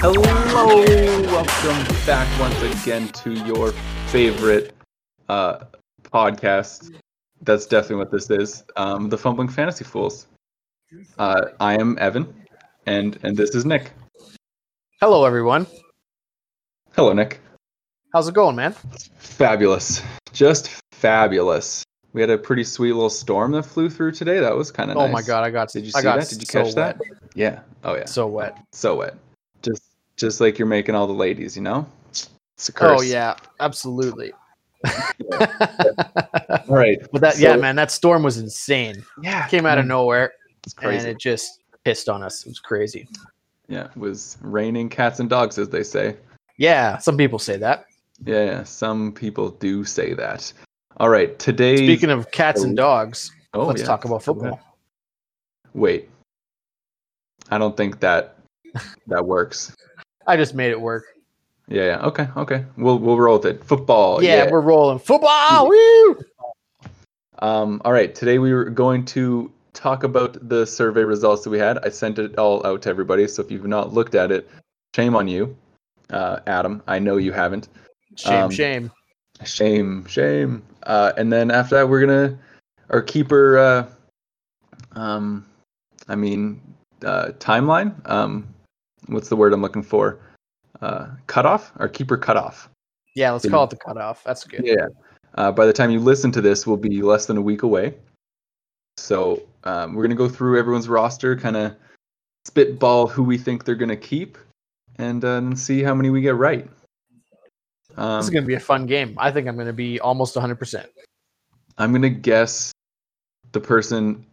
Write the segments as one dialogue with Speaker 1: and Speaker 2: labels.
Speaker 1: Hello, welcome back once again to your favorite uh, podcast. That's definitely what this is. Um, the Fumbling Fantasy Fools. Uh, I am Evan, and and this is Nick.
Speaker 2: Hello, everyone.
Speaker 1: Hello, Nick.
Speaker 2: How's it going, man?
Speaker 1: Fabulous, just fabulous. We had a pretty sweet little storm that flew through today. That was kind of
Speaker 2: Oh
Speaker 1: nice.
Speaker 2: my god, I got.
Speaker 1: Did you
Speaker 2: I
Speaker 1: see
Speaker 2: got
Speaker 1: that? Did you
Speaker 2: so
Speaker 1: catch that?
Speaker 2: wet.
Speaker 1: Yeah. Oh yeah.
Speaker 2: So wet.
Speaker 1: So wet. Just just like you're making all the ladies, you know. It's a curse.
Speaker 2: Oh yeah, absolutely.
Speaker 1: All right.
Speaker 2: But that, yeah,
Speaker 1: So-
Speaker 2: man, that storm was insane.
Speaker 1: Yeah.
Speaker 2: Came out of
Speaker 1: man,
Speaker 2: nowhere
Speaker 1: It's
Speaker 2: and
Speaker 1: crazy.
Speaker 2: it just pissed on us. It was crazy.
Speaker 1: yeah, it was raining cats and dogs, as they say.
Speaker 2: Yeah, some people say that.
Speaker 1: Yeah, yeah, some people do say that. All right, today.
Speaker 2: Speaking of cats and dogs,
Speaker 1: oh,
Speaker 2: let's
Speaker 1: yeah.
Speaker 2: talk about football.
Speaker 1: Wait, I don't think that that works.
Speaker 2: I just made it work.
Speaker 1: Yeah, yeah. Okay, okay. We'll we'll roll with it. Football.
Speaker 2: yeah,
Speaker 1: Oh, yeah.
Speaker 2: we're rolling football. Woo!
Speaker 1: Um, all right, today we were going to talk about the survey results that we had. I sent it all out to everybody, so if you've not looked at it, shame on you, uh, Adam. I know you haven't.
Speaker 2: Shame,
Speaker 1: Um,
Speaker 2: shame.
Speaker 1: Shame, shame. Uh, and then after that, we're gonna our keeper. Uh, um, I mean uh, timeline. Um, what's the word I'm looking for? Uh, cutoff. Our keeper cutoff.
Speaker 2: Yeah, let's
Speaker 1: you
Speaker 2: call
Speaker 1: know.
Speaker 2: it the cutoff. That's good.
Speaker 1: Yeah. Uh, by the time you listen to this, we'll be less than a week away. So um, we're gonna go through everyone's roster, kind of spitball who we think they're gonna keep, and uh, and see how many we get right. Um,
Speaker 2: This is going to be a fun game. I think I'm going to be almost 100%.
Speaker 1: I'm gonna guess the person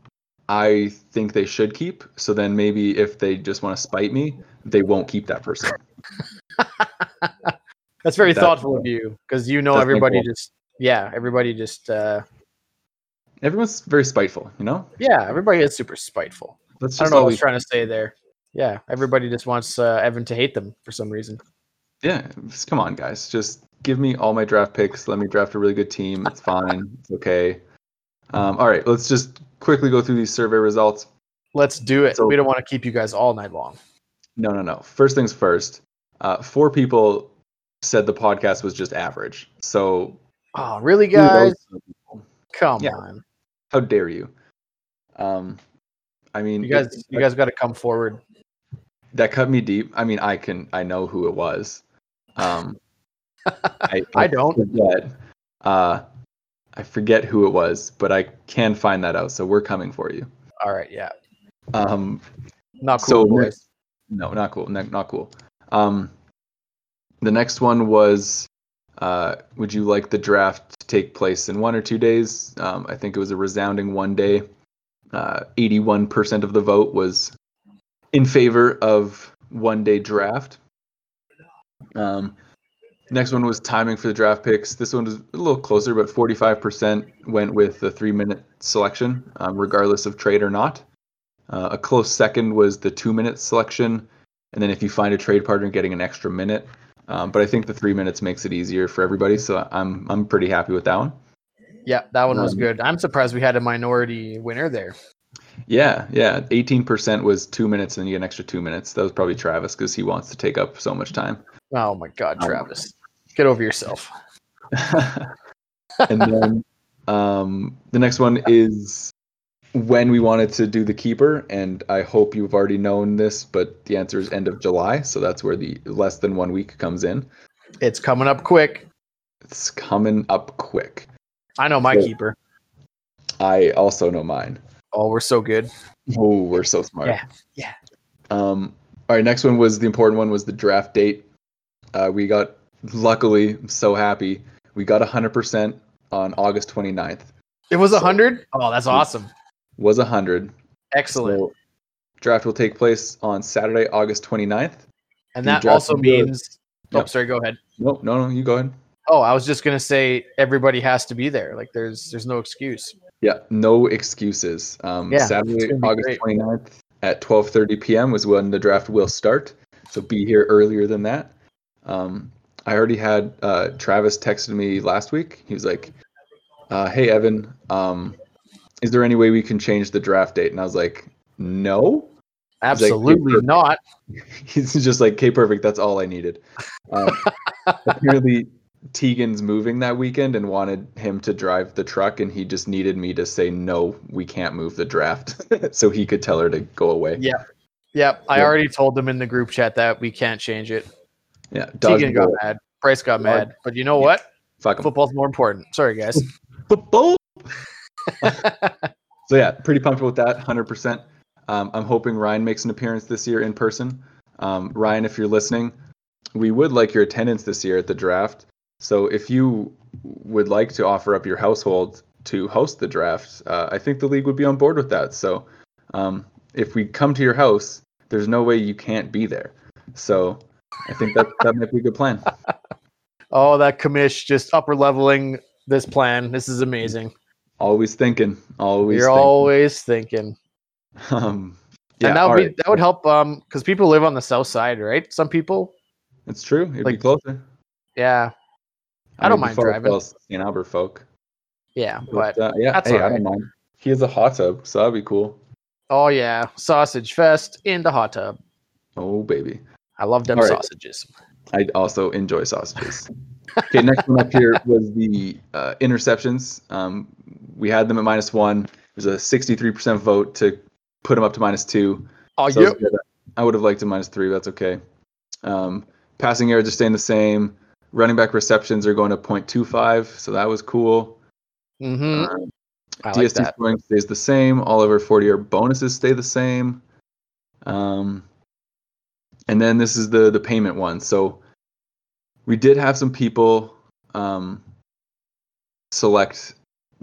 Speaker 1: I think they should keep. So then maybe if they just want to spite me, they won't keep that person.
Speaker 2: That's very
Speaker 1: That-
Speaker 2: thoughtful of you because you know
Speaker 1: that's
Speaker 2: everybody
Speaker 1: thankful.
Speaker 2: just yeah everybody just uh
Speaker 1: Everyone's very spiteful, you know.
Speaker 2: yeah everybody is super spiteful.
Speaker 1: That's just
Speaker 2: I don't know what I
Speaker 1: all
Speaker 2: was
Speaker 1: we.
Speaker 2: trying to say there. Yeah, everybody just wants uh, Evan to hate them for some reason.
Speaker 1: Yeah, just- come on, guys. Just give me all my draft picks. Let me draft a really good team. It's fine. it's okay. Um, all right, let's just quickly go through these survey results.
Speaker 2: Let's do it.
Speaker 1: So-
Speaker 2: we don't want to keep you guys all night long.
Speaker 1: No, no, no. First things first. Uh, four people said the podcast was just average. So
Speaker 2: Oh, really,
Speaker 1: who knows?
Speaker 2: guys? Come
Speaker 1: Yeah.
Speaker 2: on,
Speaker 1: How dare you? Um, I mean,
Speaker 2: you guys!
Speaker 1: it-
Speaker 2: You guys got to come forward.
Speaker 1: that cut me deep. I mean, I can, I know who it was. Um, I,
Speaker 2: I don't.
Speaker 1: forget. Uh, I forget who it was, but I can find that out. So we're coming for you.
Speaker 2: All right, yeah,
Speaker 1: Um,
Speaker 2: not cool,
Speaker 1: So-
Speaker 2: boys.
Speaker 1: no, not cool. No, not cool. Um, the next one was, uh, would you like the draft to take place in one or two days? Um, I think it was a resounding one day. Uh, 81% of the vote was in favor of one day draft. Um, next one was timing for the draft picks. This one was a little closer, but 45% went with the three minute selection, um, regardless of trade or not. Uh, a close second was the two minute selection. And then if you find a trade partner, getting an extra minute. Um, but I think the three minutes makes it easier for everybody. So I'm, I'm pretty happy with that one.
Speaker 2: Yeah, that one was
Speaker 1: Um,
Speaker 2: good. I'm surprised we had a minority winner there.
Speaker 1: Yeah, yeah. 18% was two minutes, and then you get an extra two minutes. That was probably Travis because he wants to take up so much time.
Speaker 2: Oh my God,
Speaker 1: Um,
Speaker 2: Travis, get over yourself.
Speaker 1: and then um, the next one is when we wanted to do the keeper. And I hope you've already known this, but the answer is end of July. So that's where the less than one week comes in.
Speaker 2: It's coming up quick.
Speaker 1: It's coming up quick.
Speaker 2: I know my
Speaker 1: So-
Speaker 2: keeper.
Speaker 1: I also know mine.
Speaker 2: Oh, we're so good.
Speaker 1: Oh, we're so smart.
Speaker 2: Yeah, yeah.
Speaker 1: Um, all right, next one was the important one was the draft date. Uh, we got luckily I'm so happy. We got 100% on August 29th.
Speaker 2: It was a hundred. Oh, that's awesome.
Speaker 1: Was 100.
Speaker 2: Excellent.
Speaker 1: So draft will take place on Saturday, August 29th.
Speaker 2: and
Speaker 1: you
Speaker 2: that
Speaker 1: draft
Speaker 2: also
Speaker 1: some good-
Speaker 2: means.
Speaker 1: Yeah.
Speaker 2: Oh, sorry. Go ahead.
Speaker 1: Nope, no, no, you go ahead.
Speaker 2: Oh, I was just gonna say everybody has to be there. Like, there's there's no excuse.
Speaker 1: Yeah, no excuses. Um,
Speaker 2: Yeah, it's
Speaker 1: Saturday,
Speaker 2: gonna be
Speaker 1: August
Speaker 2: great.
Speaker 1: 29th at 12:30 p.m. is when the draft will start. So be here earlier than that. Um, I already had uh, Travis texted me last week. He was like, uh, "Hey Evan, um, is there any way we can change the draft date? And I was like, no.
Speaker 2: Absolutely
Speaker 1: perfect.
Speaker 2: not.
Speaker 1: He's just like, K perfect. That's all I needed. Um, apparently, Tegan's moving that weekend and wanted him to drive the truck, and he just needed me to say, no, we can't move the draft, so he could tell her to go away.
Speaker 2: Yeah. Yep. I
Speaker 1: Yeah.
Speaker 2: already told them in the group chat that we can't change it.
Speaker 1: yeah. Dodge
Speaker 2: Tegan got
Speaker 1: bullet.
Speaker 2: mad. Bryce got
Speaker 1: Dodge-
Speaker 2: mad. But you know what?
Speaker 1: Fuck him.
Speaker 2: Football's more important. Sorry, guys.
Speaker 1: Football. so yeah, pretty pumped with that, hundred percent. Um, I'm hoping Ryan makes an appearance this year in person. Um, Ryan, if you're listening, we would like your attendance this year at the draft. So if you would like to offer up your household to host the draft, uh, I think the league would be on board with that. So um, if we come to your house, there's no way you can't be there. So I think that that might be a good plan.
Speaker 2: Oh, that commish just upper leveling this plan. This is amazing.
Speaker 1: Always thinking, always.
Speaker 2: You're
Speaker 1: thinking.
Speaker 2: always thinking.
Speaker 1: Um, yeah,
Speaker 2: and that
Speaker 1: all
Speaker 2: would be,
Speaker 1: right.
Speaker 2: that would help um because people live on the south side, right? Some people.
Speaker 1: It's true. It'd be
Speaker 2: Like-
Speaker 1: closer.
Speaker 2: Yeah. I don't
Speaker 1: mean,
Speaker 2: mind
Speaker 1: before it
Speaker 2: driving.
Speaker 1: was St. Albert folk.
Speaker 2: Yeah. But
Speaker 1: uh, yeah,
Speaker 2: that's
Speaker 1: hey,
Speaker 2: all
Speaker 1: I don't mind. He has a hot tub, so that'd be cool.
Speaker 2: oh yeah. Sausage fest in the hot tub.
Speaker 1: Oh baby,
Speaker 2: I love them
Speaker 1: All right.
Speaker 2: sausages.
Speaker 1: I also enjoy sausages. okay, next one up here was the uh, interceptions. Um, we had them at minus one. There's a 63% vote to put them up to minus two.
Speaker 2: Oh
Speaker 1: So
Speaker 2: yeah.
Speaker 1: it's good. I would have liked a minus three. But that's okay. Um, passing yards are staying the same. Running back receptions are going to 0.25, so that was cool.
Speaker 2: Mm-hmm.
Speaker 1: Um,
Speaker 2: I like
Speaker 1: DST
Speaker 2: that.
Speaker 1: scoring stays the same. All of our 40 yard bonuses stay the same. Um, and then this is the the payment one. So we did have some people um, select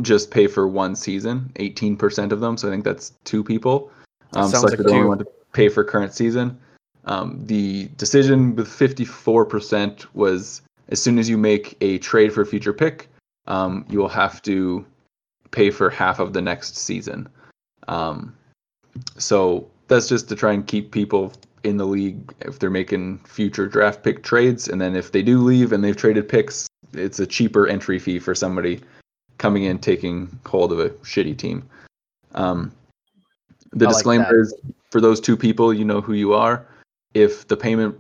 Speaker 1: just pay for one season. 18% of them. So I think that's two people. Um,
Speaker 2: Sounds
Speaker 1: selected
Speaker 2: like
Speaker 1: only
Speaker 2: two.
Speaker 1: one to pay for current season. Um, the decision with 54% was as soon as you make a trade for a future pick, um, you will have to pay for half of the next season. Um, so that's just to try and keep people in the league if they're making future draft pick trades. And then if they do leave and they've traded picks, it's a cheaper entry fee for somebody coming in taking hold of a shitty team. Um, the
Speaker 2: I like
Speaker 1: disclaimer is for those two people, you know who you are. If the payment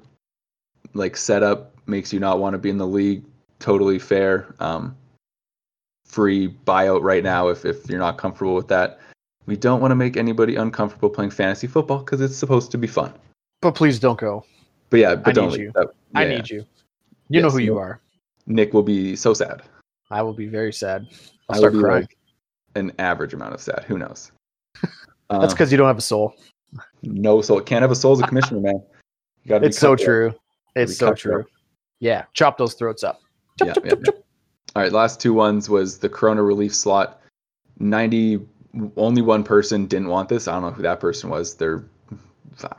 Speaker 1: like setup makes you not want to be in the league, totally fair. Um, free buyout right now if, if you're not comfortable with that. We don't want to make anybody uncomfortable playing fantasy football because it's supposed to be fun.
Speaker 2: But please don't go.
Speaker 1: But yeah,
Speaker 2: I
Speaker 1: but don't
Speaker 2: need
Speaker 1: leave.
Speaker 2: you.
Speaker 1: That-
Speaker 2: I
Speaker 1: yeah,
Speaker 2: need you. You know
Speaker 1: Yes.
Speaker 2: who you are.
Speaker 1: Nick will be so sad.
Speaker 2: I will be very sad. I'll
Speaker 1: I
Speaker 2: start
Speaker 1: will be,
Speaker 2: crying.
Speaker 1: like, an average amount of sad. Who knows?
Speaker 2: That's
Speaker 1: Um,
Speaker 2: because you don't have a soul.
Speaker 1: no soul. Can't have a soul as a commissioner, man. You gotta be
Speaker 2: It's so
Speaker 1: cutthroat.
Speaker 2: true. It's
Speaker 1: be
Speaker 2: so
Speaker 1: cutthroat.
Speaker 2: true. Yeah. Chop those throats up. Chop,
Speaker 1: Yeah,
Speaker 2: chop,
Speaker 1: yeah,
Speaker 2: chop,
Speaker 1: yeah. All right, last two ones was the Corona relief slot. Ninety, only one person didn't want this. I don't know who that person was. They're,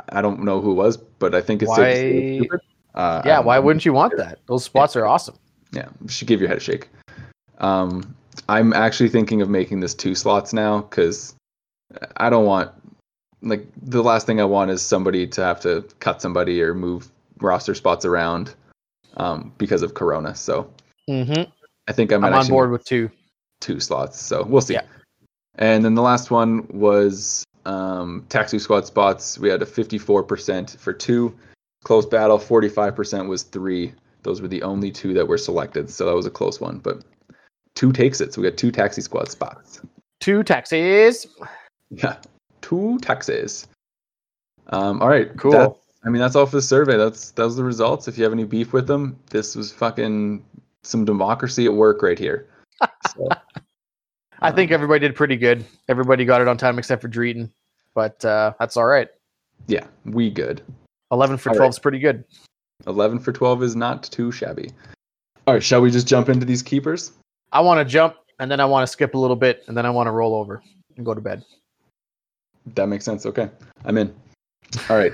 Speaker 1: I don't know who it was, but I think it's safe to say it's
Speaker 2: Why-
Speaker 1: stupid. Uh, I
Speaker 2: Yeah,
Speaker 1: don't
Speaker 2: why
Speaker 1: know.
Speaker 2: wouldn't you want that? Those spots are awesome.
Speaker 1: Yeah, should give your head a shake. Um, I'm actually thinking of making this two slots now because I don't want like the last thing I want is somebody to have to cut somebody or move roster spots around um, because of Corona. So
Speaker 2: Mm-hmm.
Speaker 1: I think I might
Speaker 2: I'm on
Speaker 1: actually
Speaker 2: board with two.
Speaker 1: two slots. So we'll see.
Speaker 2: Yeah.
Speaker 1: And then the last one was um, taxi squad spots. We had a 54% for two. Close battle, 45% was three. Those were the only two that were selected. So that was a close one. But two takes it. So we got two taxi squad spots.
Speaker 2: Two taxis.
Speaker 1: Yeah. Two taxes. Um, all right.
Speaker 2: Cool.
Speaker 1: That- I mean, that's all for the survey. That's that was the results. If you have any beef with them, this was fucking some democracy at work right here. So,
Speaker 2: I think
Speaker 1: um,
Speaker 2: everybody did pretty good. Everybody got it on time except for Dreeton. But uh, that's all right.
Speaker 1: yeah, we good.
Speaker 2: Eleven for
Speaker 1: All right.
Speaker 2: twelve is pretty good.
Speaker 1: 11 for 12 is not too shabby. All right, shall we just jump into these keepers?
Speaker 2: I want to jump and then I want to skip a little bit and then I want to roll over and go to bed.
Speaker 1: That makes sense. Okay, I'm in. All right.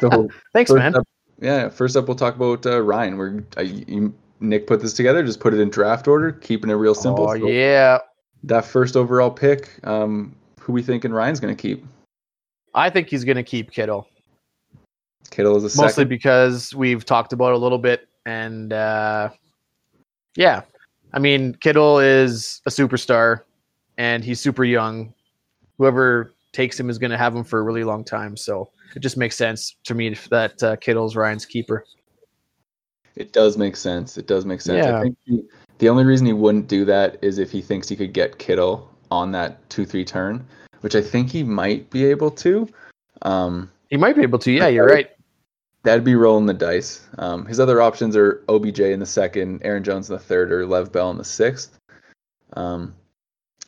Speaker 1: So
Speaker 2: Thanks,
Speaker 1: first
Speaker 2: man.
Speaker 1: up, yeah, first up, we'll talk about uh, Ryan. We're uh, you, Nick put this together, just put it in draft order, keeping it real simple.
Speaker 2: Oh
Speaker 1: So
Speaker 2: yeah.
Speaker 1: That first overall pick, um, who we thinking Ryan's going to keep?
Speaker 2: I think he's gonna keep Kittle.
Speaker 1: Kittle is a
Speaker 2: mostly
Speaker 1: second.
Speaker 2: because we've talked about it a little bit and uh yeah i mean kittle is a superstar and he's super young. Whoever takes him is going to have him for a really long time. So it just makes sense to me that uh, Kittle's Ryan's keeper.
Speaker 1: It does make sense. It does make sense.
Speaker 2: Yeah.
Speaker 1: I think he- the only reason he wouldn't do that is if he thinks he could get Kittle on that two three turn, which I think he might be able to. Um,
Speaker 2: He might be able to. Yeah, you're right.
Speaker 1: that'd be rolling the dice. Um, his other options are OBJ in the second, Aaron Jones in the third, or Lev Bell in the sixth. Um,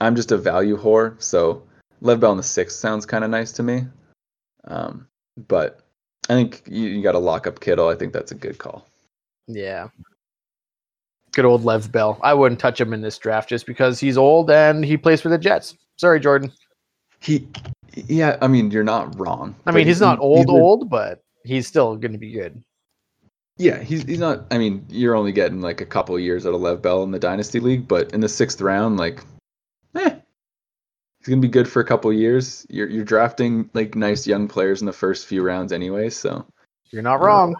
Speaker 1: I'm just a value whore, so Lev Bell in the sixth sounds kind of nice to me. Um, but I think you, you got to lock up Kittle. I think that's a good call.
Speaker 2: Yeah. Good old Lev Bell. I wouldn't touch him in this draft just because he's old and he plays for the Jets. Sorry, Jordan.
Speaker 1: He, yeah, I mean, you're not wrong.
Speaker 2: I
Speaker 1: but
Speaker 2: mean, he's not
Speaker 1: he-
Speaker 2: old,
Speaker 1: he's a-
Speaker 2: old, but he's still going to be good.
Speaker 1: Yeah, he's he's not. I mean, you're only getting like a couple years out of Lev Bell in the dynasty league, but in the sixth round, like, eh, he's gonna be good for a couple years. You're you're drafting like nice young players in the first few rounds anyway, so
Speaker 2: You're not
Speaker 1: Yeah.
Speaker 2: wrong.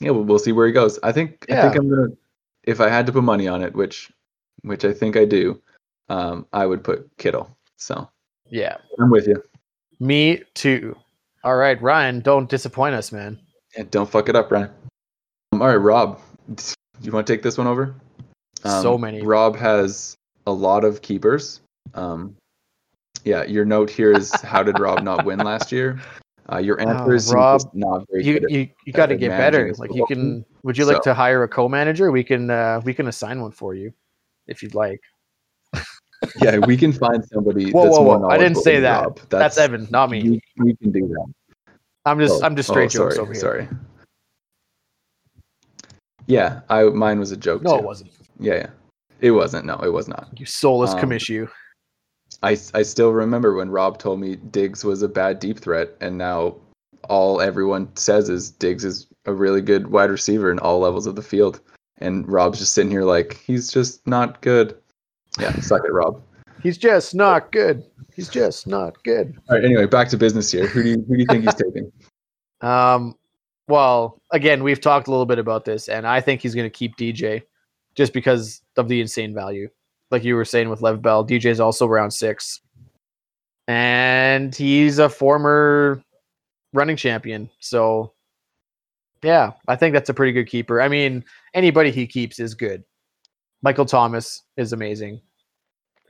Speaker 1: yeah, we'll, we'll see where he goes. I think I think
Speaker 2: Yeah.
Speaker 1: I'm gonna, if I had to put money on it, which which I think I do, um, I would put Kittle. So
Speaker 2: Yeah.
Speaker 1: I'm with you.
Speaker 2: Me too. All right, Ryan, don't disappoint us, man.
Speaker 1: Yeah, don't fuck it up, Ryan. Um, all right, Rob, do you want to take this one over? Um,
Speaker 2: So many.
Speaker 1: Rob has a lot of keepers. Um, yeah, your note here is how did Rob not win last year? Uh, your answer
Speaker 2: Oh,
Speaker 1: is he's
Speaker 2: Rob,
Speaker 1: just not very
Speaker 2: You
Speaker 1: good at-
Speaker 2: you, you got to
Speaker 1: at
Speaker 2: get
Speaker 1: managing
Speaker 2: better.
Speaker 1: this
Speaker 2: Like you
Speaker 1: position.
Speaker 2: can would you like
Speaker 1: So-
Speaker 2: to hire a co-manager? We can uh we can assign one for you if you'd like.
Speaker 1: yeah, we can find somebody.
Speaker 2: Whoa,
Speaker 1: that's
Speaker 2: whoa,
Speaker 1: more
Speaker 2: whoa, I didn't
Speaker 1: knowledgeable
Speaker 2: say
Speaker 1: than
Speaker 2: that.
Speaker 1: Rob.
Speaker 2: That's, Evan, not me.
Speaker 1: We, we can do that.
Speaker 2: I'm just
Speaker 1: Oh,
Speaker 2: I'm just
Speaker 1: oh,
Speaker 2: straight jokes
Speaker 1: sorry,
Speaker 2: over here.
Speaker 1: Sorry. Yeah, I mine was a joke.
Speaker 2: No,
Speaker 1: too.
Speaker 2: it wasn't.
Speaker 1: Yeah, yeah, it wasn't. No, it was not.
Speaker 2: You soulless
Speaker 1: Um,
Speaker 2: commish you.
Speaker 1: I, I still remember when Rob told me Diggs was a bad deep threat, and now all everyone says is Diggs is a really good wide receiver in all levels of the field. And Rob's just sitting here like, he's just not good. Yeah, suck it, Rob.
Speaker 2: He's just not good. He's just not good.
Speaker 1: All right, anyway, back to business here. Who do you, who do you think he's taking?
Speaker 2: Um, well, again, we've talked a little bit about this, and I think he's going to keep DJ just because of the insane value. Like you were saying with Lev Bell, DJ is also round six, and he's a former running champion. So, yeah, I think that's a pretty good keeper. I mean, anybody he keeps is good. Michael Thomas is amazing.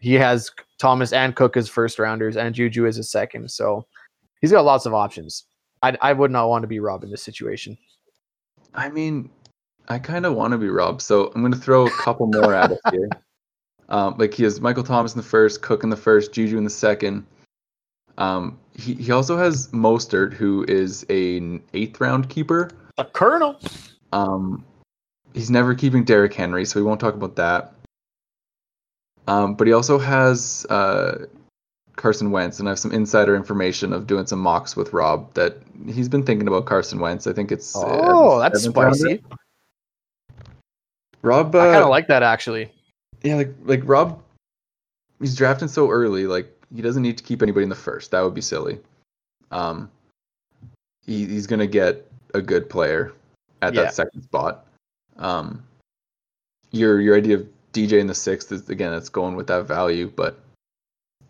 Speaker 2: He has Thomas and Cook as first rounders, and Juju as his second. So, he's got lots of options. I, I would not want to be Rob in this situation.
Speaker 1: I mean, I kind of want to be Rob, so I'm going to throw a couple more at us here. Um, like he has Michael Thomas in the first, Cook in the first, Juju in the second. Um, he, he also has Mostert, who is an eighth round keeper.
Speaker 2: A colonel.
Speaker 1: Um, he's never keeping Derrick Henry, so we won't talk about that. Um, but he also has uh, Carson Wentz, and I have some insider information of doing some mocks with Rob that he's been thinking about Carson Wentz. I think it's uh, as a
Speaker 2: Oh, that's
Speaker 1: seventh rounder.
Speaker 2: spicy.
Speaker 1: Rob,
Speaker 2: I kind
Speaker 1: uh,
Speaker 2: of like that actually.
Speaker 1: yeah, like like Rob, he's drafting so early. Like he doesn't need to keep anybody in the first. That would be silly. Um, he, he's gonna get a good player at
Speaker 2: Yeah.
Speaker 1: that second spot. Um, your your idea of DJ in the sixth is again that's going with that value, but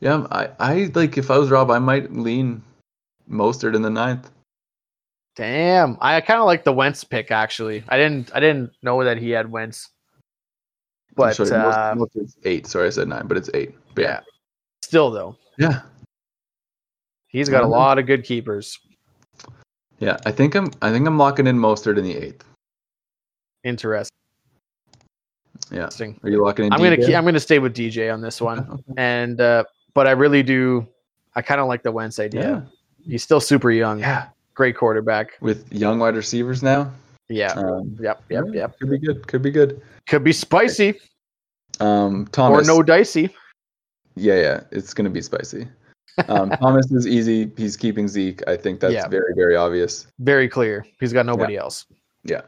Speaker 1: yeah, I I like if I was Rob, I might lean Mostert in the ninth.
Speaker 2: Damn, I kind of like the Wentz pick actually. I didn't I didn't know that he had Wentz, but
Speaker 1: Sorry, Most-
Speaker 2: uh,
Speaker 1: Mostert's eight. Sorry, I said nine, but it's eight. But yeah,
Speaker 2: still though,
Speaker 1: yeah.
Speaker 2: he's got a
Speaker 1: Mhm.
Speaker 2: lot of good keepers.
Speaker 1: Yeah, I think I'm. I think I'm locking in Mostert in the eighth.
Speaker 2: Interesting.
Speaker 1: Yeah, are you locking in?
Speaker 2: I'm gonna
Speaker 1: DJ?
Speaker 2: keep, I'm gonna stay with DJ on this one, and uh, but I really do. I kind of like the Wentz idea.
Speaker 1: Yeah.
Speaker 2: He's still super young.
Speaker 1: Yeah.
Speaker 2: Great quarterback.
Speaker 1: With young wide receivers now.
Speaker 2: Yeah.
Speaker 1: Um,
Speaker 2: Yep. Yep. Yep.
Speaker 1: Could be good. Could be good.
Speaker 2: Could be spicy
Speaker 1: Um, Thomas.
Speaker 2: or no dicey.
Speaker 1: Yeah, yeah. It's going to be spicy. Um, Thomas is easy. He's keeping Zeke. I think that's
Speaker 2: Yeah.
Speaker 1: very, very obvious.
Speaker 2: Very clear. He's got nobody else.
Speaker 1: Yeah,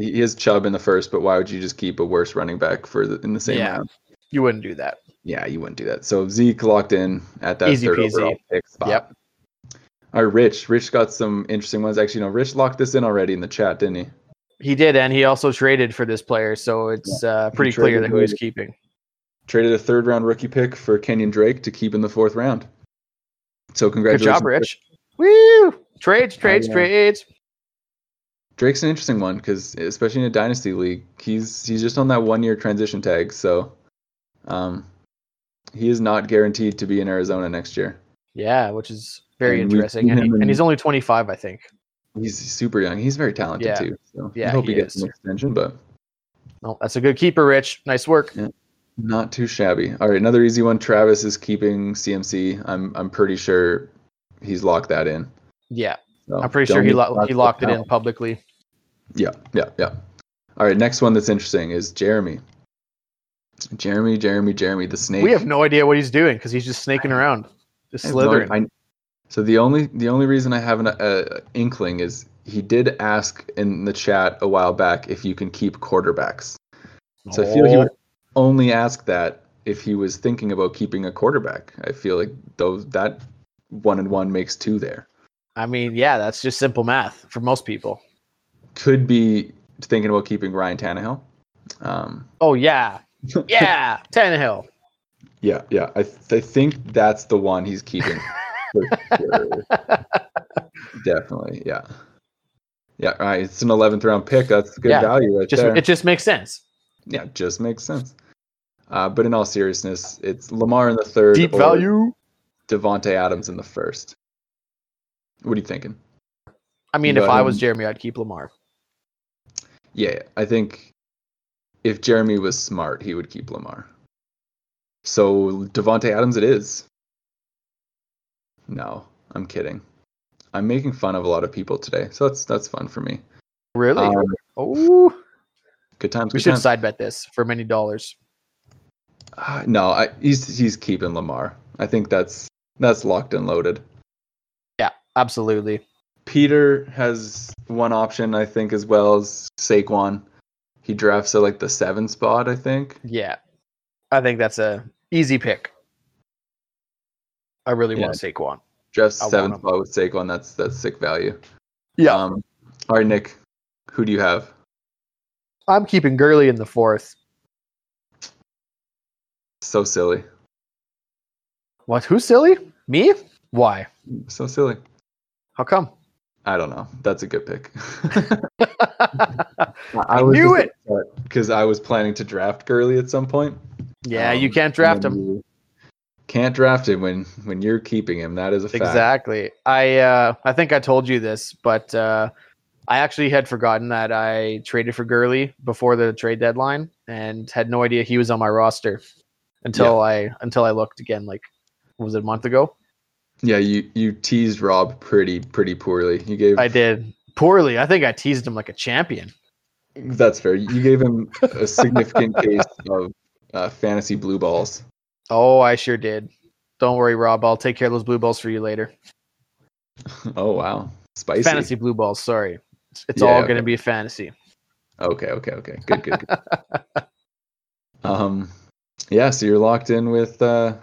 Speaker 1: He he is Chubb in the first, but why would you just keep a worse running back for the, in the same
Speaker 2: Yeah.
Speaker 1: round?
Speaker 2: You wouldn't do that.
Speaker 1: Yeah, you wouldn't do that. So Zeke locked in at that
Speaker 2: Easy
Speaker 1: third
Speaker 2: peasy.
Speaker 1: overall pick spot.
Speaker 2: Yep.
Speaker 1: All right, Rich. Rich got some interesting ones. Actually, no, Rich locked this in already in the chat, didn't he?
Speaker 2: He did, and he also traded for this player, so it's uh, pretty
Speaker 1: traded
Speaker 2: clear that who he's
Speaker 1: away.
Speaker 2: keeping.
Speaker 1: traded a third round rookie pick for Kenyon Drake to keep in the fourth round. So
Speaker 2: Good
Speaker 1: congratulations. uh,
Speaker 2: job, Rich. Woo! Trades, trades,
Speaker 1: yeah.
Speaker 2: trades.
Speaker 1: Drake's an interesting one because especially in a dynasty league, he's he's just on that one year transition tag, so um, he is not guaranteed to be in Arizona next year.
Speaker 2: Yeah, which is very
Speaker 1: And we've
Speaker 2: interesting.
Speaker 1: seen
Speaker 2: And, he-
Speaker 1: him in-
Speaker 2: and he's only 25, I think.
Speaker 1: He's super young. He's very talented
Speaker 2: Yeah.
Speaker 1: too. So
Speaker 2: Yeah,
Speaker 1: I hope he,
Speaker 2: he
Speaker 1: gets
Speaker 2: is.
Speaker 1: an extension, but
Speaker 2: No, that's a good keeper, Rich. Nice work.
Speaker 1: not too shabby. All right, another easy one. Travis is keeping CMC. I'm I'm pretty sure he's locked that in.
Speaker 2: Yeah,
Speaker 1: So
Speaker 2: I'm pretty sure
Speaker 1: don't
Speaker 2: he,
Speaker 1: even
Speaker 2: lo-
Speaker 1: lock
Speaker 2: he locked it
Speaker 1: out.
Speaker 2: in publicly.
Speaker 1: Yeah, yeah, yeah. All right, next one that's interesting is Jeremy. Jeremy, Jeremy, Jeremy, the snake.
Speaker 2: We have no idea what he's doing because he's just snaking around, just
Speaker 1: I have no-
Speaker 2: slithering.
Speaker 1: I- so the only the only reason I have an uh, inkling is he did ask in the chat a while back if you can keep quarterbacks. So I feel
Speaker 2: Oh,
Speaker 1: he would only ask that if he was thinking about keeping a quarterback. I feel like those that one and one makes two there.
Speaker 2: I mean, yeah, that's just simple math for most people.
Speaker 1: Could be thinking about keeping Ryan Tannehill. Um,
Speaker 2: Oh yeah, yeah, Tannehill.
Speaker 1: Yeah, yeah. I th- I think that's the one he's keeping. for sure. Definitely, yeah. Yeah, all right. It's an eleventh round pick. That's good
Speaker 2: Yeah,
Speaker 1: value right
Speaker 2: Just
Speaker 1: there.
Speaker 2: it just makes sense.
Speaker 1: yeah, just makes sense. Uh, but in all seriousness, it's Lamar in the third,
Speaker 2: Deep
Speaker 1: or
Speaker 2: value.
Speaker 1: Devonte Adams in the first. What are you thinking?
Speaker 2: I mean,
Speaker 1: But,
Speaker 2: if I was
Speaker 1: um,
Speaker 2: Jeremy, I'd keep Lamar.
Speaker 1: Yeah, I think if Jeremy was smart, he would keep Lamar. So Devonte Adams, it is. No, I'm kidding. I'm making fun of a lot of people today, so that's that's fun for me.
Speaker 2: Really?
Speaker 1: Um,
Speaker 2: oh,
Speaker 1: good times.
Speaker 2: we
Speaker 1: good
Speaker 2: should
Speaker 1: times.
Speaker 2: side bet this for many dollars.
Speaker 1: Ah, no, I, he's he's keeping Lamar. I think that's that's locked and loaded.
Speaker 2: Absolutely.
Speaker 1: Peter has one option, I think, as well as Saquon. He drafts at like the seven spot, I think.
Speaker 2: Yeah, I think that's a easy pick. I really want Saquon.
Speaker 1: Drafts
Speaker 2: I want
Speaker 1: seven
Speaker 2: him.
Speaker 1: spot with Saquon. That's that's sick value.
Speaker 2: Yeah,
Speaker 1: Um, all right, Nick, who do you have?
Speaker 2: I'm keeping Gurley in the fourth.
Speaker 1: So silly.
Speaker 2: What? Who's silly? Me? Why?
Speaker 1: So silly.
Speaker 2: How come?
Speaker 1: I don't know. That's a good pick.
Speaker 2: I knew it.
Speaker 1: because I was planning to draft Gurley at some point.
Speaker 2: Yeah,
Speaker 1: Um,
Speaker 2: you can't draft
Speaker 1: and
Speaker 2: him.
Speaker 1: then you Can't draft him when when you're keeping him. That is a fact.
Speaker 2: Exactly. I uh, I think I told you this, but uh, I actually had forgotten that I traded for Gurley before the trade deadline and had no idea he was on my roster until I until I looked again. Like was it a month ago?
Speaker 1: Yeah, you you teased Rob pretty pretty poorly. You gave
Speaker 2: I did poorly. I think I teased him like a champion.
Speaker 1: that's fair. You gave him a significant case of uh, fantasy blue balls.
Speaker 2: Oh, I sure did. Don't worry, Rob. I'll take care of those blue balls for you later.
Speaker 1: Oh wow, spicy.
Speaker 2: Fantasy blue balls. Sorry, it's, it's
Speaker 1: Yeah,
Speaker 2: all
Speaker 1: okay.
Speaker 2: going to be fantasy.
Speaker 1: Okay, okay, okay. Good, good. good. um, yeah. So you're locked in with uh,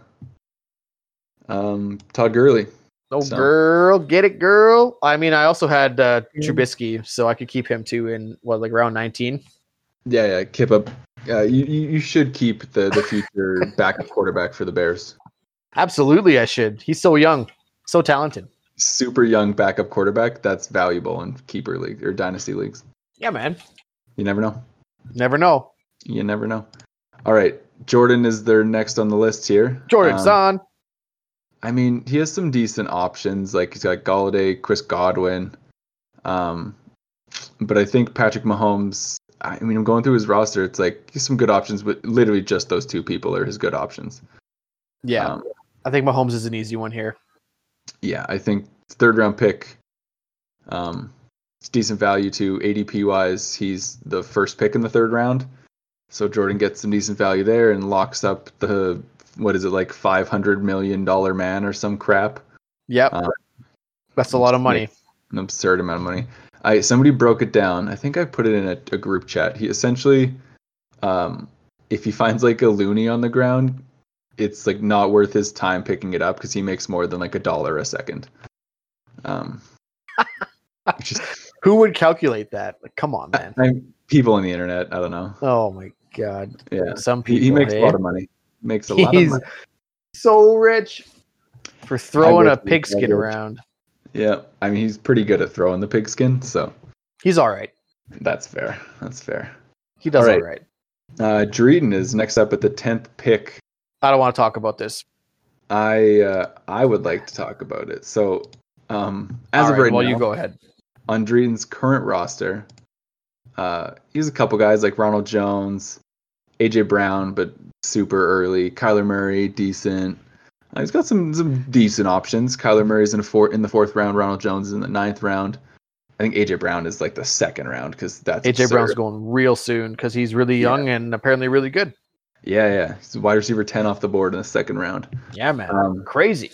Speaker 1: um, Todd Gurley.
Speaker 2: Oh,
Speaker 1: So-
Speaker 2: girl, get it, girl. I mean, I also had uh,
Speaker 1: Yeah.
Speaker 2: Trubisky, so I could keep him too in what, like round 19.
Speaker 1: Yeah, yeah. Kip up. Uh, you you you should keep the the future backup quarterback for the Bears.
Speaker 2: Absolutely, I should. He's so young, so talented.
Speaker 1: Super young backup quarterback. That's valuable in keeper league or dynasty leagues.
Speaker 2: Yeah, man.
Speaker 1: You never know.
Speaker 2: Never know.
Speaker 1: You never know. All right, Jordan is their next on the list here.
Speaker 2: Jordan's
Speaker 1: Um,
Speaker 2: on.
Speaker 1: I mean, he has some decent options. Like he's got Galladay, Chris Godwin, um, but I think Patrick Mahomes. I mean, I'm going through his roster. It's like he's some good options, but literally just those two people are his good options.
Speaker 2: Yeah,
Speaker 1: um,
Speaker 2: I think Mahomes is an easy one here.
Speaker 1: yeah. I think third round pick. Um, it's decent value to ADP wise. He's the first pick in the third round, so Jordan gets some decent value there and locks up the what is it like 500 million dollar man or some crap.
Speaker 2: Yep.
Speaker 1: Uh,
Speaker 2: That's a lot of money.
Speaker 1: an absurd amount of money. I somebody broke it down. I think I put it in a, a group chat. He essentially, um, if he finds like a loony on the ground, it's like not worth his time picking it up because he makes more than like a dollar a second. Um, which is
Speaker 2: Who would calculate that? Like, come on, man.
Speaker 1: I, am people on the internet. I don't know.
Speaker 2: Oh, my God.
Speaker 1: Yeah,
Speaker 2: Some people.
Speaker 1: he, he makes a
Speaker 2: hey?
Speaker 1: lot of money. makes a lot of
Speaker 2: He's
Speaker 1: money.
Speaker 2: so rich for throwing
Speaker 1: wish we
Speaker 2: a
Speaker 1: were
Speaker 2: pigskin
Speaker 1: rich.
Speaker 2: around.
Speaker 1: Yeah, I mean he's pretty good at throwing the pigskin, so
Speaker 2: He's all right.
Speaker 1: that's fair. That's fair.
Speaker 2: He does
Speaker 1: All
Speaker 2: all
Speaker 1: right.
Speaker 2: right.
Speaker 1: Uh, Dreden is next up at the tenth pick.
Speaker 2: I don't want to talk about this.
Speaker 1: I uh, I would like to talk about it. So um, as
Speaker 2: All
Speaker 1: of
Speaker 2: right,
Speaker 1: right
Speaker 2: well,
Speaker 1: now,
Speaker 2: you go ahead.
Speaker 1: on Drayden's current roster, uh, he's a couple guys like Ronald Jones, AJ Brown, but super early. Kyler Murray, decent. Uh, he's got some some decent options. Kyler Murray's in a four in the fourth round. Ronald Jones is in the ninth round. I think AJ Brown is like the second round because that's
Speaker 2: AJ
Speaker 1: absurd.
Speaker 2: Brown's going real soon because he's really
Speaker 1: Yeah.
Speaker 2: young and apparently really good.
Speaker 1: Yeah, yeah. He's wide receiver ten off the board in the second round.
Speaker 2: Yeah, man.
Speaker 1: Um,
Speaker 2: Crazy.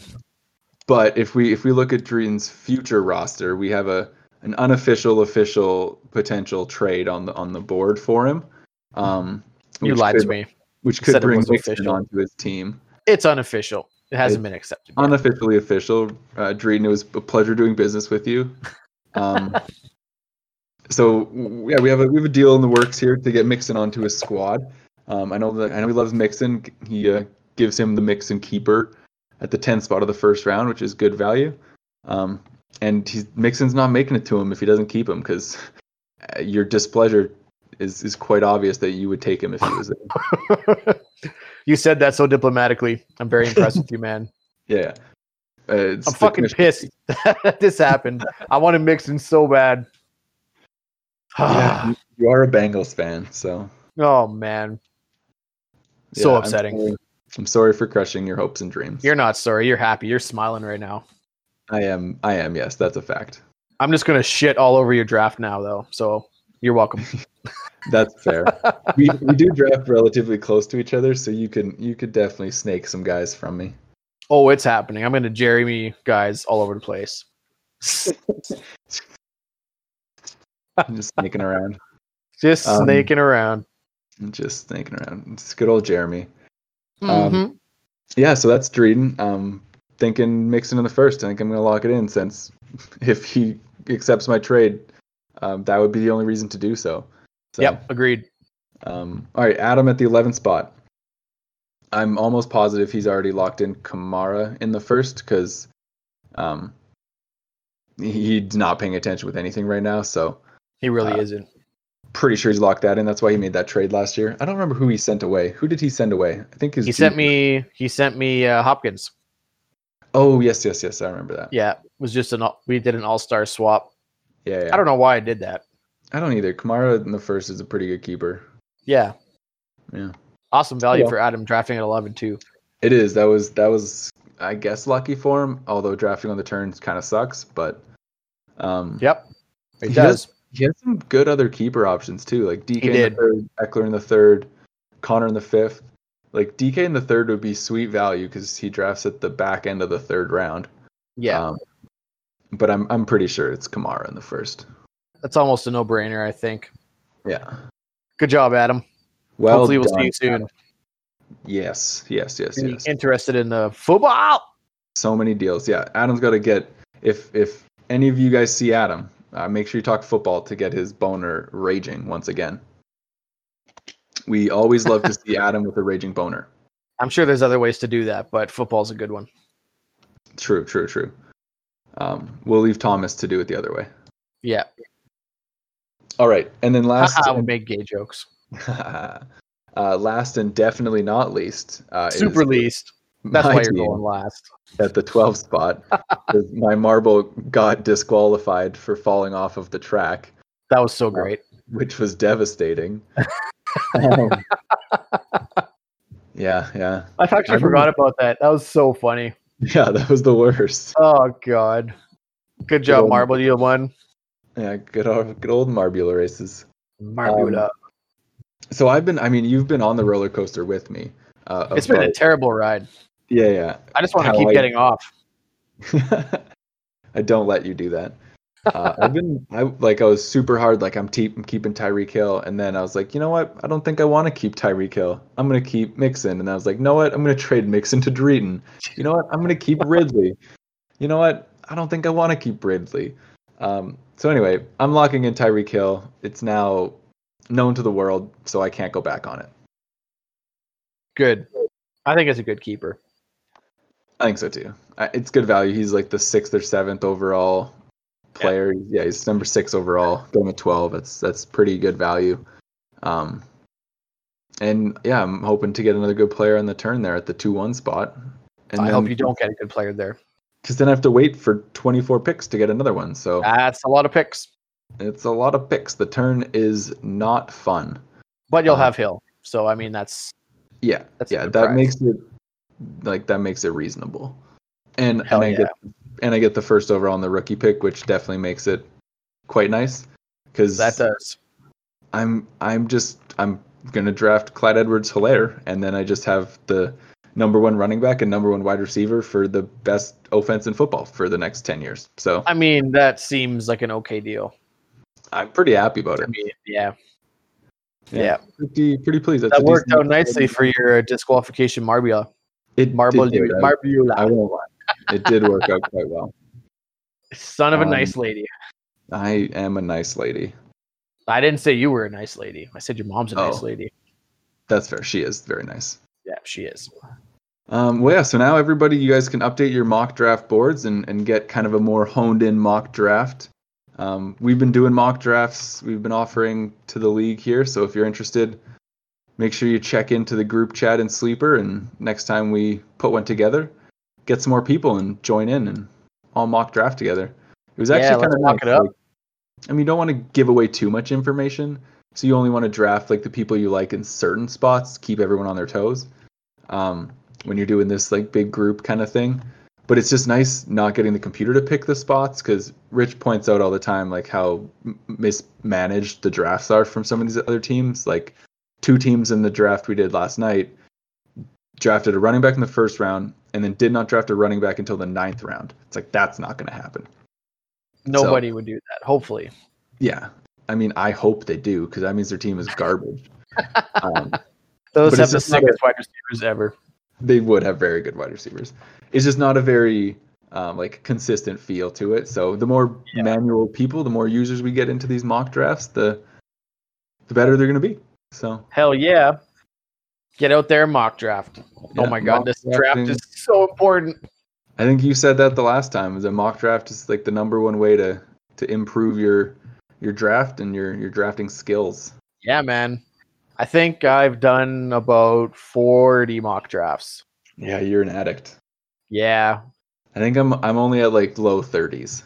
Speaker 1: But if we if we look at Drayton's future roster, we have a an unofficial official potential trade on the on the board for him. Um,
Speaker 2: You
Speaker 1: which
Speaker 2: lied
Speaker 1: could,
Speaker 2: to me.
Speaker 1: Which could
Speaker 2: Said it
Speaker 1: bring
Speaker 2: was
Speaker 1: Mixon
Speaker 2: official.
Speaker 1: onto his team.
Speaker 2: It's unofficial. It hasn't been accepted.
Speaker 1: Uh,
Speaker 2: yet.
Speaker 1: Unofficially official, uh, Drayton, it was a pleasure doing business with you. Um, so w- yeah, we have a we have a deal in the works here to get Mixon onto his squad. Um, I know that I know he loves Mixon. He uh, gives him the Mixon keeper at the 10th spot of the first round, which is good value. Um, and he's, Mixon's not making it to him if he doesn't keep him because your displeasure is is quite obvious that you would take him if he was there.
Speaker 2: you said that so diplomatically. I'm very impressed with you, man.
Speaker 1: Yeah. Uh, it's
Speaker 2: I'm
Speaker 1: the
Speaker 2: fucking
Speaker 1: commission-
Speaker 2: pissed that this happened. I want to mix in so bad.
Speaker 1: yeah, you- you are a Bengals fan, so
Speaker 2: oh man, So
Speaker 1: yeah, I'm
Speaker 2: upsetting.
Speaker 1: sorry- I'm sorry for crushing your hopes and dreams.
Speaker 2: you're not sorry. You're happy. You're smiling right now.
Speaker 1: I am. I am. Yes, that's a fact.
Speaker 2: I'm just gonna shit all over your draft now, though. So you're welcome.
Speaker 1: That's fair. we, we do draft relatively close to each other, so you can you could definitely snake some guys from me.
Speaker 2: oh, it's happening. I'm gonna Jeremy guys all over the place.
Speaker 1: I'm just snaking around.
Speaker 2: Just
Speaker 1: Um,
Speaker 2: snaking around.
Speaker 1: I'm just snaking around. It's good old Jeremy. um,
Speaker 2: Mhm.
Speaker 1: Yeah, so that's Dreden. Um, thinking mixing in the first. I think I'm gonna lock it in since if he accepts my trade, um, that would be the only reason to do so. so
Speaker 2: Yep, agreed.
Speaker 1: Um, all right, Adam at the 11th spot. I'm almost positive he's already locked in Kamara in the first because um, he- he's not paying attention with anything right now. So
Speaker 2: He really
Speaker 1: uh,
Speaker 2: isn't.
Speaker 1: pretty sure he's locked that in. That's why he made that trade last year. I don't remember who he sent away. Who did he send away? I think his
Speaker 2: He sent
Speaker 1: G-
Speaker 2: me. He sent me uh, Hopkins.
Speaker 1: Oh yes, yes, yes. I remember that.
Speaker 2: Yeah, it was just an. all- We did an all star swap.
Speaker 1: Yeah, yeah.
Speaker 2: I don't know why I did that.
Speaker 1: I don't either. Kamara in the first is a pretty good keeper.
Speaker 2: Yeah.
Speaker 1: Yeah.
Speaker 2: Awesome value
Speaker 1: Yeah.
Speaker 2: for Adam drafting at 11 too.
Speaker 1: It is. That was that was I guess lucky for him. Although drafting on the turns kind of sucks, but um,
Speaker 2: Yep. It
Speaker 1: He
Speaker 2: does.
Speaker 1: He had some good other keeper options too, like DK
Speaker 2: He
Speaker 1: in the
Speaker 2: did.
Speaker 1: third, Eckler in the third, Connor in the fifth. Like DK in the third would be sweet value because he drafts at the back end of the third round.
Speaker 2: Yeah.
Speaker 1: Um, but I'm I'm pretty sure it's Kamara in the first.
Speaker 2: that's almost a no brainer, I think.
Speaker 1: Yeah.
Speaker 2: Good job, Adam.
Speaker 1: Well,
Speaker 2: Hopefully we'll
Speaker 1: done.
Speaker 2: see you soon.
Speaker 1: Yes, yes, yes,
Speaker 2: Be
Speaker 1: yes.
Speaker 2: Interested in the football.
Speaker 1: so many deals. Yeah, Adam's got to get. If if any of you guys see Adam, uh, make sure you talk football to get his boner raging once again. We always love to see Adam with a raging boner.
Speaker 2: I'm sure there's other ways to do that, but football's a good one.
Speaker 1: True, true, true. Um, we'll leave Thomas to do it the other way.
Speaker 2: Yeah.
Speaker 1: All right, and then last,
Speaker 2: I will make gay jokes.
Speaker 1: uh, last and definitely not least, uh, is
Speaker 2: Super least. That's
Speaker 1: my
Speaker 2: why you're
Speaker 1: team
Speaker 2: going last.
Speaker 1: at the 12th spot. 'cause my marble got disqualified for falling off of the track.
Speaker 2: That was so great.
Speaker 1: which was devastating. Um, yeah, yeah,
Speaker 2: I actually
Speaker 1: I
Speaker 2: forgot about that. That was so funny.
Speaker 1: yeah. That was the worst.
Speaker 2: Oh god. Good job,
Speaker 1: old-
Speaker 2: Marble. You won.
Speaker 1: Yeah, good old, good old Marbula races.
Speaker 2: Marble.
Speaker 1: Um, So I've been, I mean, you've been on the roller coaster with me. Uh,
Speaker 2: it's been a
Speaker 1: about-
Speaker 2: terrible ride.
Speaker 1: yeah, yeah.
Speaker 2: I just want to
Speaker 1: how
Speaker 2: keep
Speaker 1: I-
Speaker 2: getting off.
Speaker 1: I don't let you do that. Uh, I've been, I like, I was super hard. Like, I'm, te- I'm keeping Tyreek Hill, and then I was like, you know what? I don't think I want to keep Tyreek Hill. I'm gonna keep Mixon, and I was like, know what? I'm gonna trade Mixon to Drayton. You know what? I'm gonna keep Ridley. You know what? I don't think I want to keep Ridley. Um, so anyway, I'm locking in Tyreek Hill. It's now known to the world, so I can't go back on it.
Speaker 2: Good. I think it's a good keeper.
Speaker 1: I think so too. I- It's good value. He's like the sixth or seventh overall player. Yeah, he's number six overall, going at twelve. That's that's pretty good value. Um, and yeah, I'm hoping to get another good player on the turn there at the two one spot. And
Speaker 2: I hope you don't get a good player there.
Speaker 1: because then I have to wait for 24 picks to get another one. So
Speaker 2: That's a lot of picks,
Speaker 1: it's a lot of picks. The turn is not fun.
Speaker 2: but you'll
Speaker 1: Um,
Speaker 2: have Hill. So I mean, that's
Speaker 1: Yeah,
Speaker 2: That's a
Speaker 1: yeah,
Speaker 2: good
Speaker 1: that
Speaker 2: price.
Speaker 1: makes it like that makes it reasonable. And
Speaker 2: Hell
Speaker 1: and I
Speaker 2: yeah.
Speaker 1: get and I get the first overall on the rookie pick, which definitely makes it quite nice because
Speaker 2: that does.
Speaker 1: I'm I'm just I'm gonna draft Clyde Edwards Hilaire and then I just have the number one running back and number one wide receiver for the best offense in football for the next ten years. So
Speaker 2: I mean, that seems like an okay deal.
Speaker 1: I'm pretty happy about
Speaker 2: I
Speaker 1: it.
Speaker 2: mean, yeah, yeah,
Speaker 1: Pretty pretty pleased. That's
Speaker 2: that
Speaker 1: a
Speaker 2: worked
Speaker 1: decent-
Speaker 2: out nicely for your disqualification, Marbula.
Speaker 1: It did
Speaker 2: Marbula,
Speaker 1: work out. I
Speaker 2: Marbula,
Speaker 1: won't lie. It did work out quite well.
Speaker 2: son of a
Speaker 1: Um,
Speaker 2: nice lady.
Speaker 1: I am a nice lady.
Speaker 2: I didn't say you were a nice lady. I said your mom's a
Speaker 1: Oh.
Speaker 2: nice lady.
Speaker 1: That's fair. She is very nice.
Speaker 2: Yeah, she is.
Speaker 1: Um, well, yeah. So now everybody, you guys can update your mock draft boards and, and get kind of a more honed in mock draft. Um, we've been doing mock drafts. We've been offering to the league here. So if you're interested, make sure you check into the group chat and sleeper. And next time we put one together, get some more people and join in and all mock draft together. It was
Speaker 2: Yeah,
Speaker 1: actually kind
Speaker 2: let's
Speaker 1: of
Speaker 2: mock it up.
Speaker 1: I mean, you don't want to give away too much information, so you only want to draft like the people you like in certain spots. Keep everyone on their toes. Um, when you're doing this like big group kind of thing. But it's just nice not getting the computer to pick the spots because Rich points out all the time like how m- mismanaged the drafts are from some of these other teams. Like two teams in the draft we did last night drafted a running back in the first round and then did not draft a running back until the ninth round. It's like that's not going to happen.
Speaker 2: Nobody would do that. Hopefully,
Speaker 1: Yeah, I mean, I hope they do because that means their team is garbage. um,
Speaker 2: those
Speaker 1: But
Speaker 2: have
Speaker 1: it's
Speaker 2: the
Speaker 1: just not a-
Speaker 2: sickest wide receivers ever.
Speaker 1: they would have very good wide receivers. It's just not a very um, like consistent feel to it. So the more
Speaker 2: Yeah.
Speaker 1: manual people, the more users we get into these mock drafts, the the better they're going to be. So
Speaker 2: Hell yeah. Get out there, and mock draft. oh
Speaker 1: Yeah,
Speaker 2: my god,
Speaker 1: mock
Speaker 2: this draft
Speaker 1: drafting.
Speaker 2: is so important.
Speaker 1: I think you said that the last time. Is a mock draft is like the number one way to to improve your your draft and your your drafting skills.
Speaker 2: Yeah, man. I think I've done about 40 mock drafts.
Speaker 1: Yeah, you're an addict.
Speaker 2: Yeah.
Speaker 1: I think I'm I'm only at like low 30s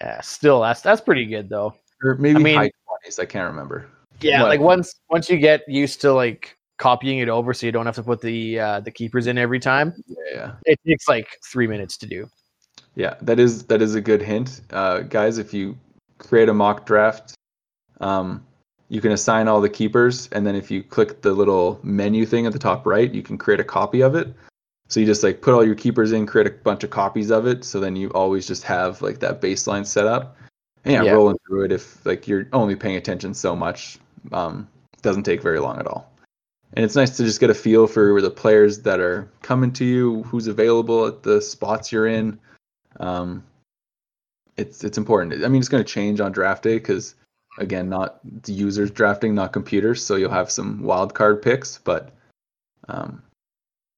Speaker 2: Yeah, still that's that's pretty good though.
Speaker 1: or maybe
Speaker 2: mean-
Speaker 1: high 20s. I can't remember.
Speaker 2: Yeah,
Speaker 1: What?
Speaker 2: like once once you get used to like copying it over so you don't have to put the uh the keepers in every time,
Speaker 1: Yeah.
Speaker 2: it takes like 3 minutes to do.
Speaker 1: Yeah, that is that is a good hint, uh, guys. If you create a mock draft, um, you can assign all the keepers, and then if you click the little menu thing at the top right, you can create a copy of it. So you just like put all your keepers in, create a bunch of copies of it. So then you always just have like that baseline set up. And yeah,
Speaker 2: Yeah.
Speaker 1: rolling through it if like you're only paying attention so much, um, doesn't take very long at all. And it's nice to just get a feel for the players that are coming to you, who's available at the spots you're in um, it's it's important. I mean, it's going to change on draft day because again, not the users drafting, not computers, so you'll have some wild card picks, but um,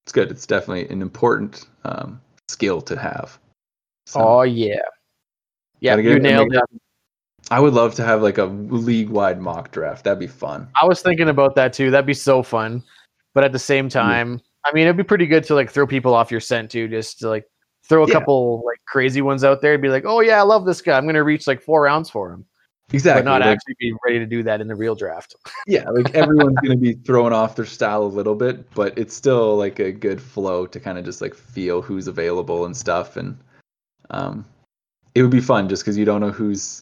Speaker 1: it's good. It's definitely an important um, skill to have. So
Speaker 2: Oh yeah. Yeah,
Speaker 1: Gotta get
Speaker 2: you
Speaker 1: it to
Speaker 2: nailed it.
Speaker 1: I would love to have like a league wide mock draft. That'd be fun.
Speaker 2: I was thinking about that too. That'd be so fun. But at the same time, I mean, it'd be pretty good to like throw people off your scent too, just to like throw a
Speaker 1: Yeah.
Speaker 2: couple like crazy ones out there and be like, oh yeah, I love this guy. I'm going to reach like four rounds for him,
Speaker 1: Exactly.
Speaker 2: but not
Speaker 1: like-
Speaker 2: actually be ready to do that in the real draft.
Speaker 1: yeah, like everyone's going to be thrown off their style a little bit, but it's still like a good flow to kind of just like feel who's available and stuff. And um, it would be fun just because you don't know who's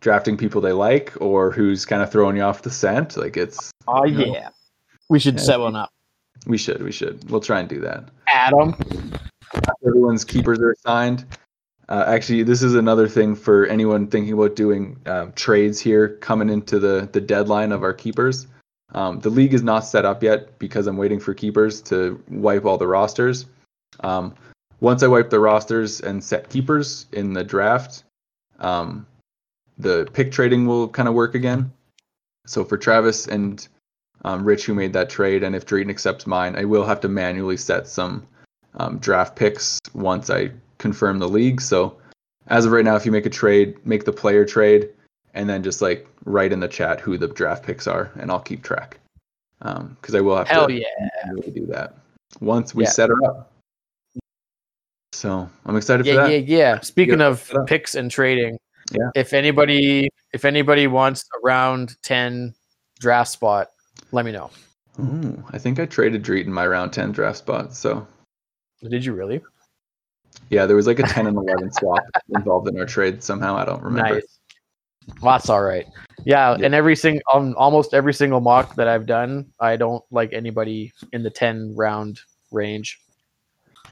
Speaker 1: drafting people they like or who's kind of throwing you off the scent. Like it's,
Speaker 2: Oh
Speaker 1: Yeah.
Speaker 2: We should
Speaker 1: Yeah.
Speaker 2: set one up.
Speaker 1: we should, we should. We'll try and do that.
Speaker 2: Adam.
Speaker 1: everyone's keepers are assigned. Uh, actually, this is another thing for anyone thinking about doing um, trades here coming into the, the deadline of our keepers. Um, the league is not set up yet because I'm waiting for keepers to wipe all the rosters. Um, once I wipe the rosters and set keepers in the draft, um, the pick trading will kind of work again. So for Travis and um, Rich who made that trade, and if Drayton accepts mine, I will have to manually set some um, draft picks once I confirm the league. So as of right now, if you make a trade, make the player trade, and then just like write in the chat who the draft picks are, and I'll keep track because I will have
Speaker 2: Hell
Speaker 1: to
Speaker 2: yeah.
Speaker 1: manually do that once we
Speaker 2: Yeah.
Speaker 1: set her up. So I'm excited for
Speaker 2: yeah,
Speaker 1: that.
Speaker 2: yeah, yeah. Speaking of
Speaker 1: Yeah.
Speaker 2: picks and trading,
Speaker 1: Yeah.
Speaker 2: if anybody if anybody wants a round ten draft spot, let me know.
Speaker 1: Ooh, I think I traded Dreet in my round 10 draft spot. So,
Speaker 2: Did you really?
Speaker 1: yeah, there was like a 10 and 11 swap involved in our trade somehow. I don't remember.
Speaker 2: Nice. Well, that's all right. Yeah,
Speaker 1: Yeah.
Speaker 2: and every single um, almost every single mock that I've done, I don't like anybody in the ten round range.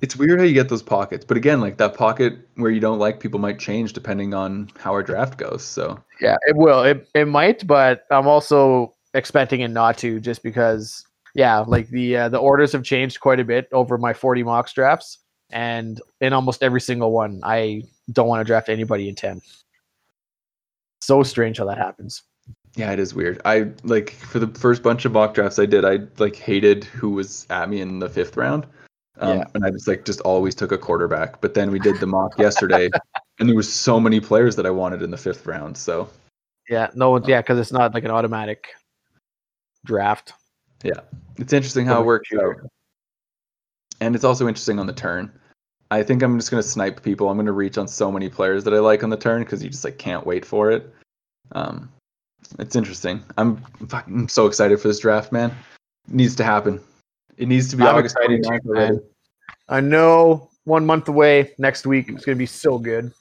Speaker 1: It's weird how you get those pockets. But again, like that pocket where you don't like people might change depending on how our draft goes. So,
Speaker 2: Yeah, it will. It it might, but I'm also expecting it not to, just because. Yeah, like the uh, the orders have changed quite a bit over my 40 mocks drafts, and in almost every single one, I don't want to draft anybody in 10. So strange how that happens.
Speaker 1: yeah, it is weird. I like for the first bunch of mock drafts I did, I like hated who was at me in the fifth round. Um,
Speaker 2: Yeah.
Speaker 1: And I just like just always took a quarterback. But then we did the mock yesterday, and there was so many players that I wanted in the fifth round. So,
Speaker 2: Yeah, no, yeah, because it's not like an automatic draft.
Speaker 1: It's interesting how
Speaker 2: Over
Speaker 1: it works out. And it's also interesting on the turn. I think I'm just going to snipe people. I'm going to reach on so many players that I like on the turn because you just like can't wait for it. Um, it's interesting. I'm fucking so excited for this draft, man. It needs to happen. It needs to be
Speaker 2: I'm
Speaker 1: August
Speaker 2: excited
Speaker 1: 29th
Speaker 2: too,
Speaker 1: already.
Speaker 2: man. I know one month away next week. It's gonna be so good.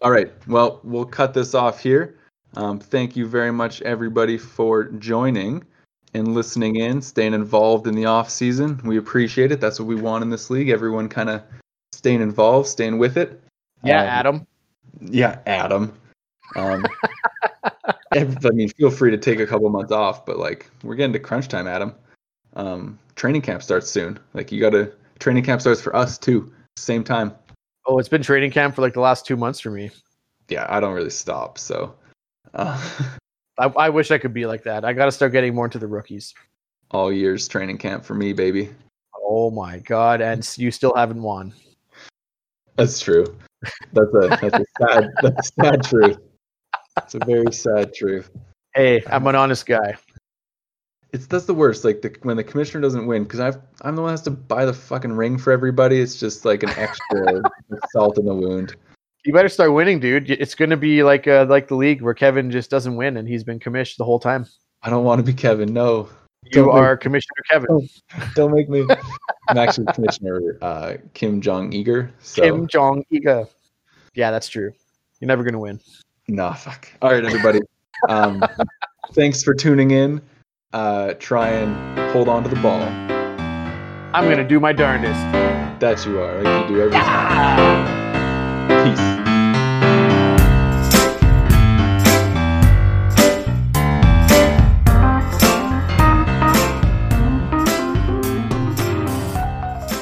Speaker 1: All right. Well, we'll cut this off here. Um, thank you very much, everybody, for joining and listening in, staying involved in the off season. We appreciate it. That's what we want in this league. Everyone kind of staying involved, staying with it.
Speaker 2: Yeah,
Speaker 1: Um,
Speaker 2: Adam.
Speaker 1: Yeah, Adam. Um, ev- I mean, feel free to take a couple months off, but like we're getting to crunch time, Adam. Um, training camp starts soon. Like you got to training camp starts for us too, same time.
Speaker 2: Oh, it's been training camp for like the last two months for me.
Speaker 1: Yeah, I don't really stop, so. Uh,
Speaker 2: I, I wish I could be like that. I got to start getting more into the rookies.
Speaker 1: all year's training camp for me, baby.
Speaker 2: Oh my god! And s- you still haven't won.
Speaker 1: That's true. That's a that's a sad that's a sad truth. It's a very sad truth.
Speaker 2: Hey, I'm an honest guy.
Speaker 1: It's that's the worst. Like the, when the commissioner doesn't win, because I've I'm the one that has to buy the fucking ring for everybody. It's just like an extra salt in the wound.
Speaker 2: You better start winning, dude. Y- It's gonna be like uh, like the league where Kevin just doesn't win and he's been commissioned the whole time.
Speaker 1: I don't want to be Kevin. No,
Speaker 2: You
Speaker 1: Don't Oh,
Speaker 2: are Commissioner Kevin
Speaker 1: don't make me. I'm actually Commissioner uh, Kim Jong Eager. So
Speaker 2: Kim Jong Iga. Yeah, that's true. You're never gonna win.
Speaker 1: Nah, fuck. All right, everybody. Um, thanks for tuning in. Uh, try and hold on to the ball.
Speaker 2: I'm gonna do my darndest.
Speaker 1: That you are, like you do every time. Peace.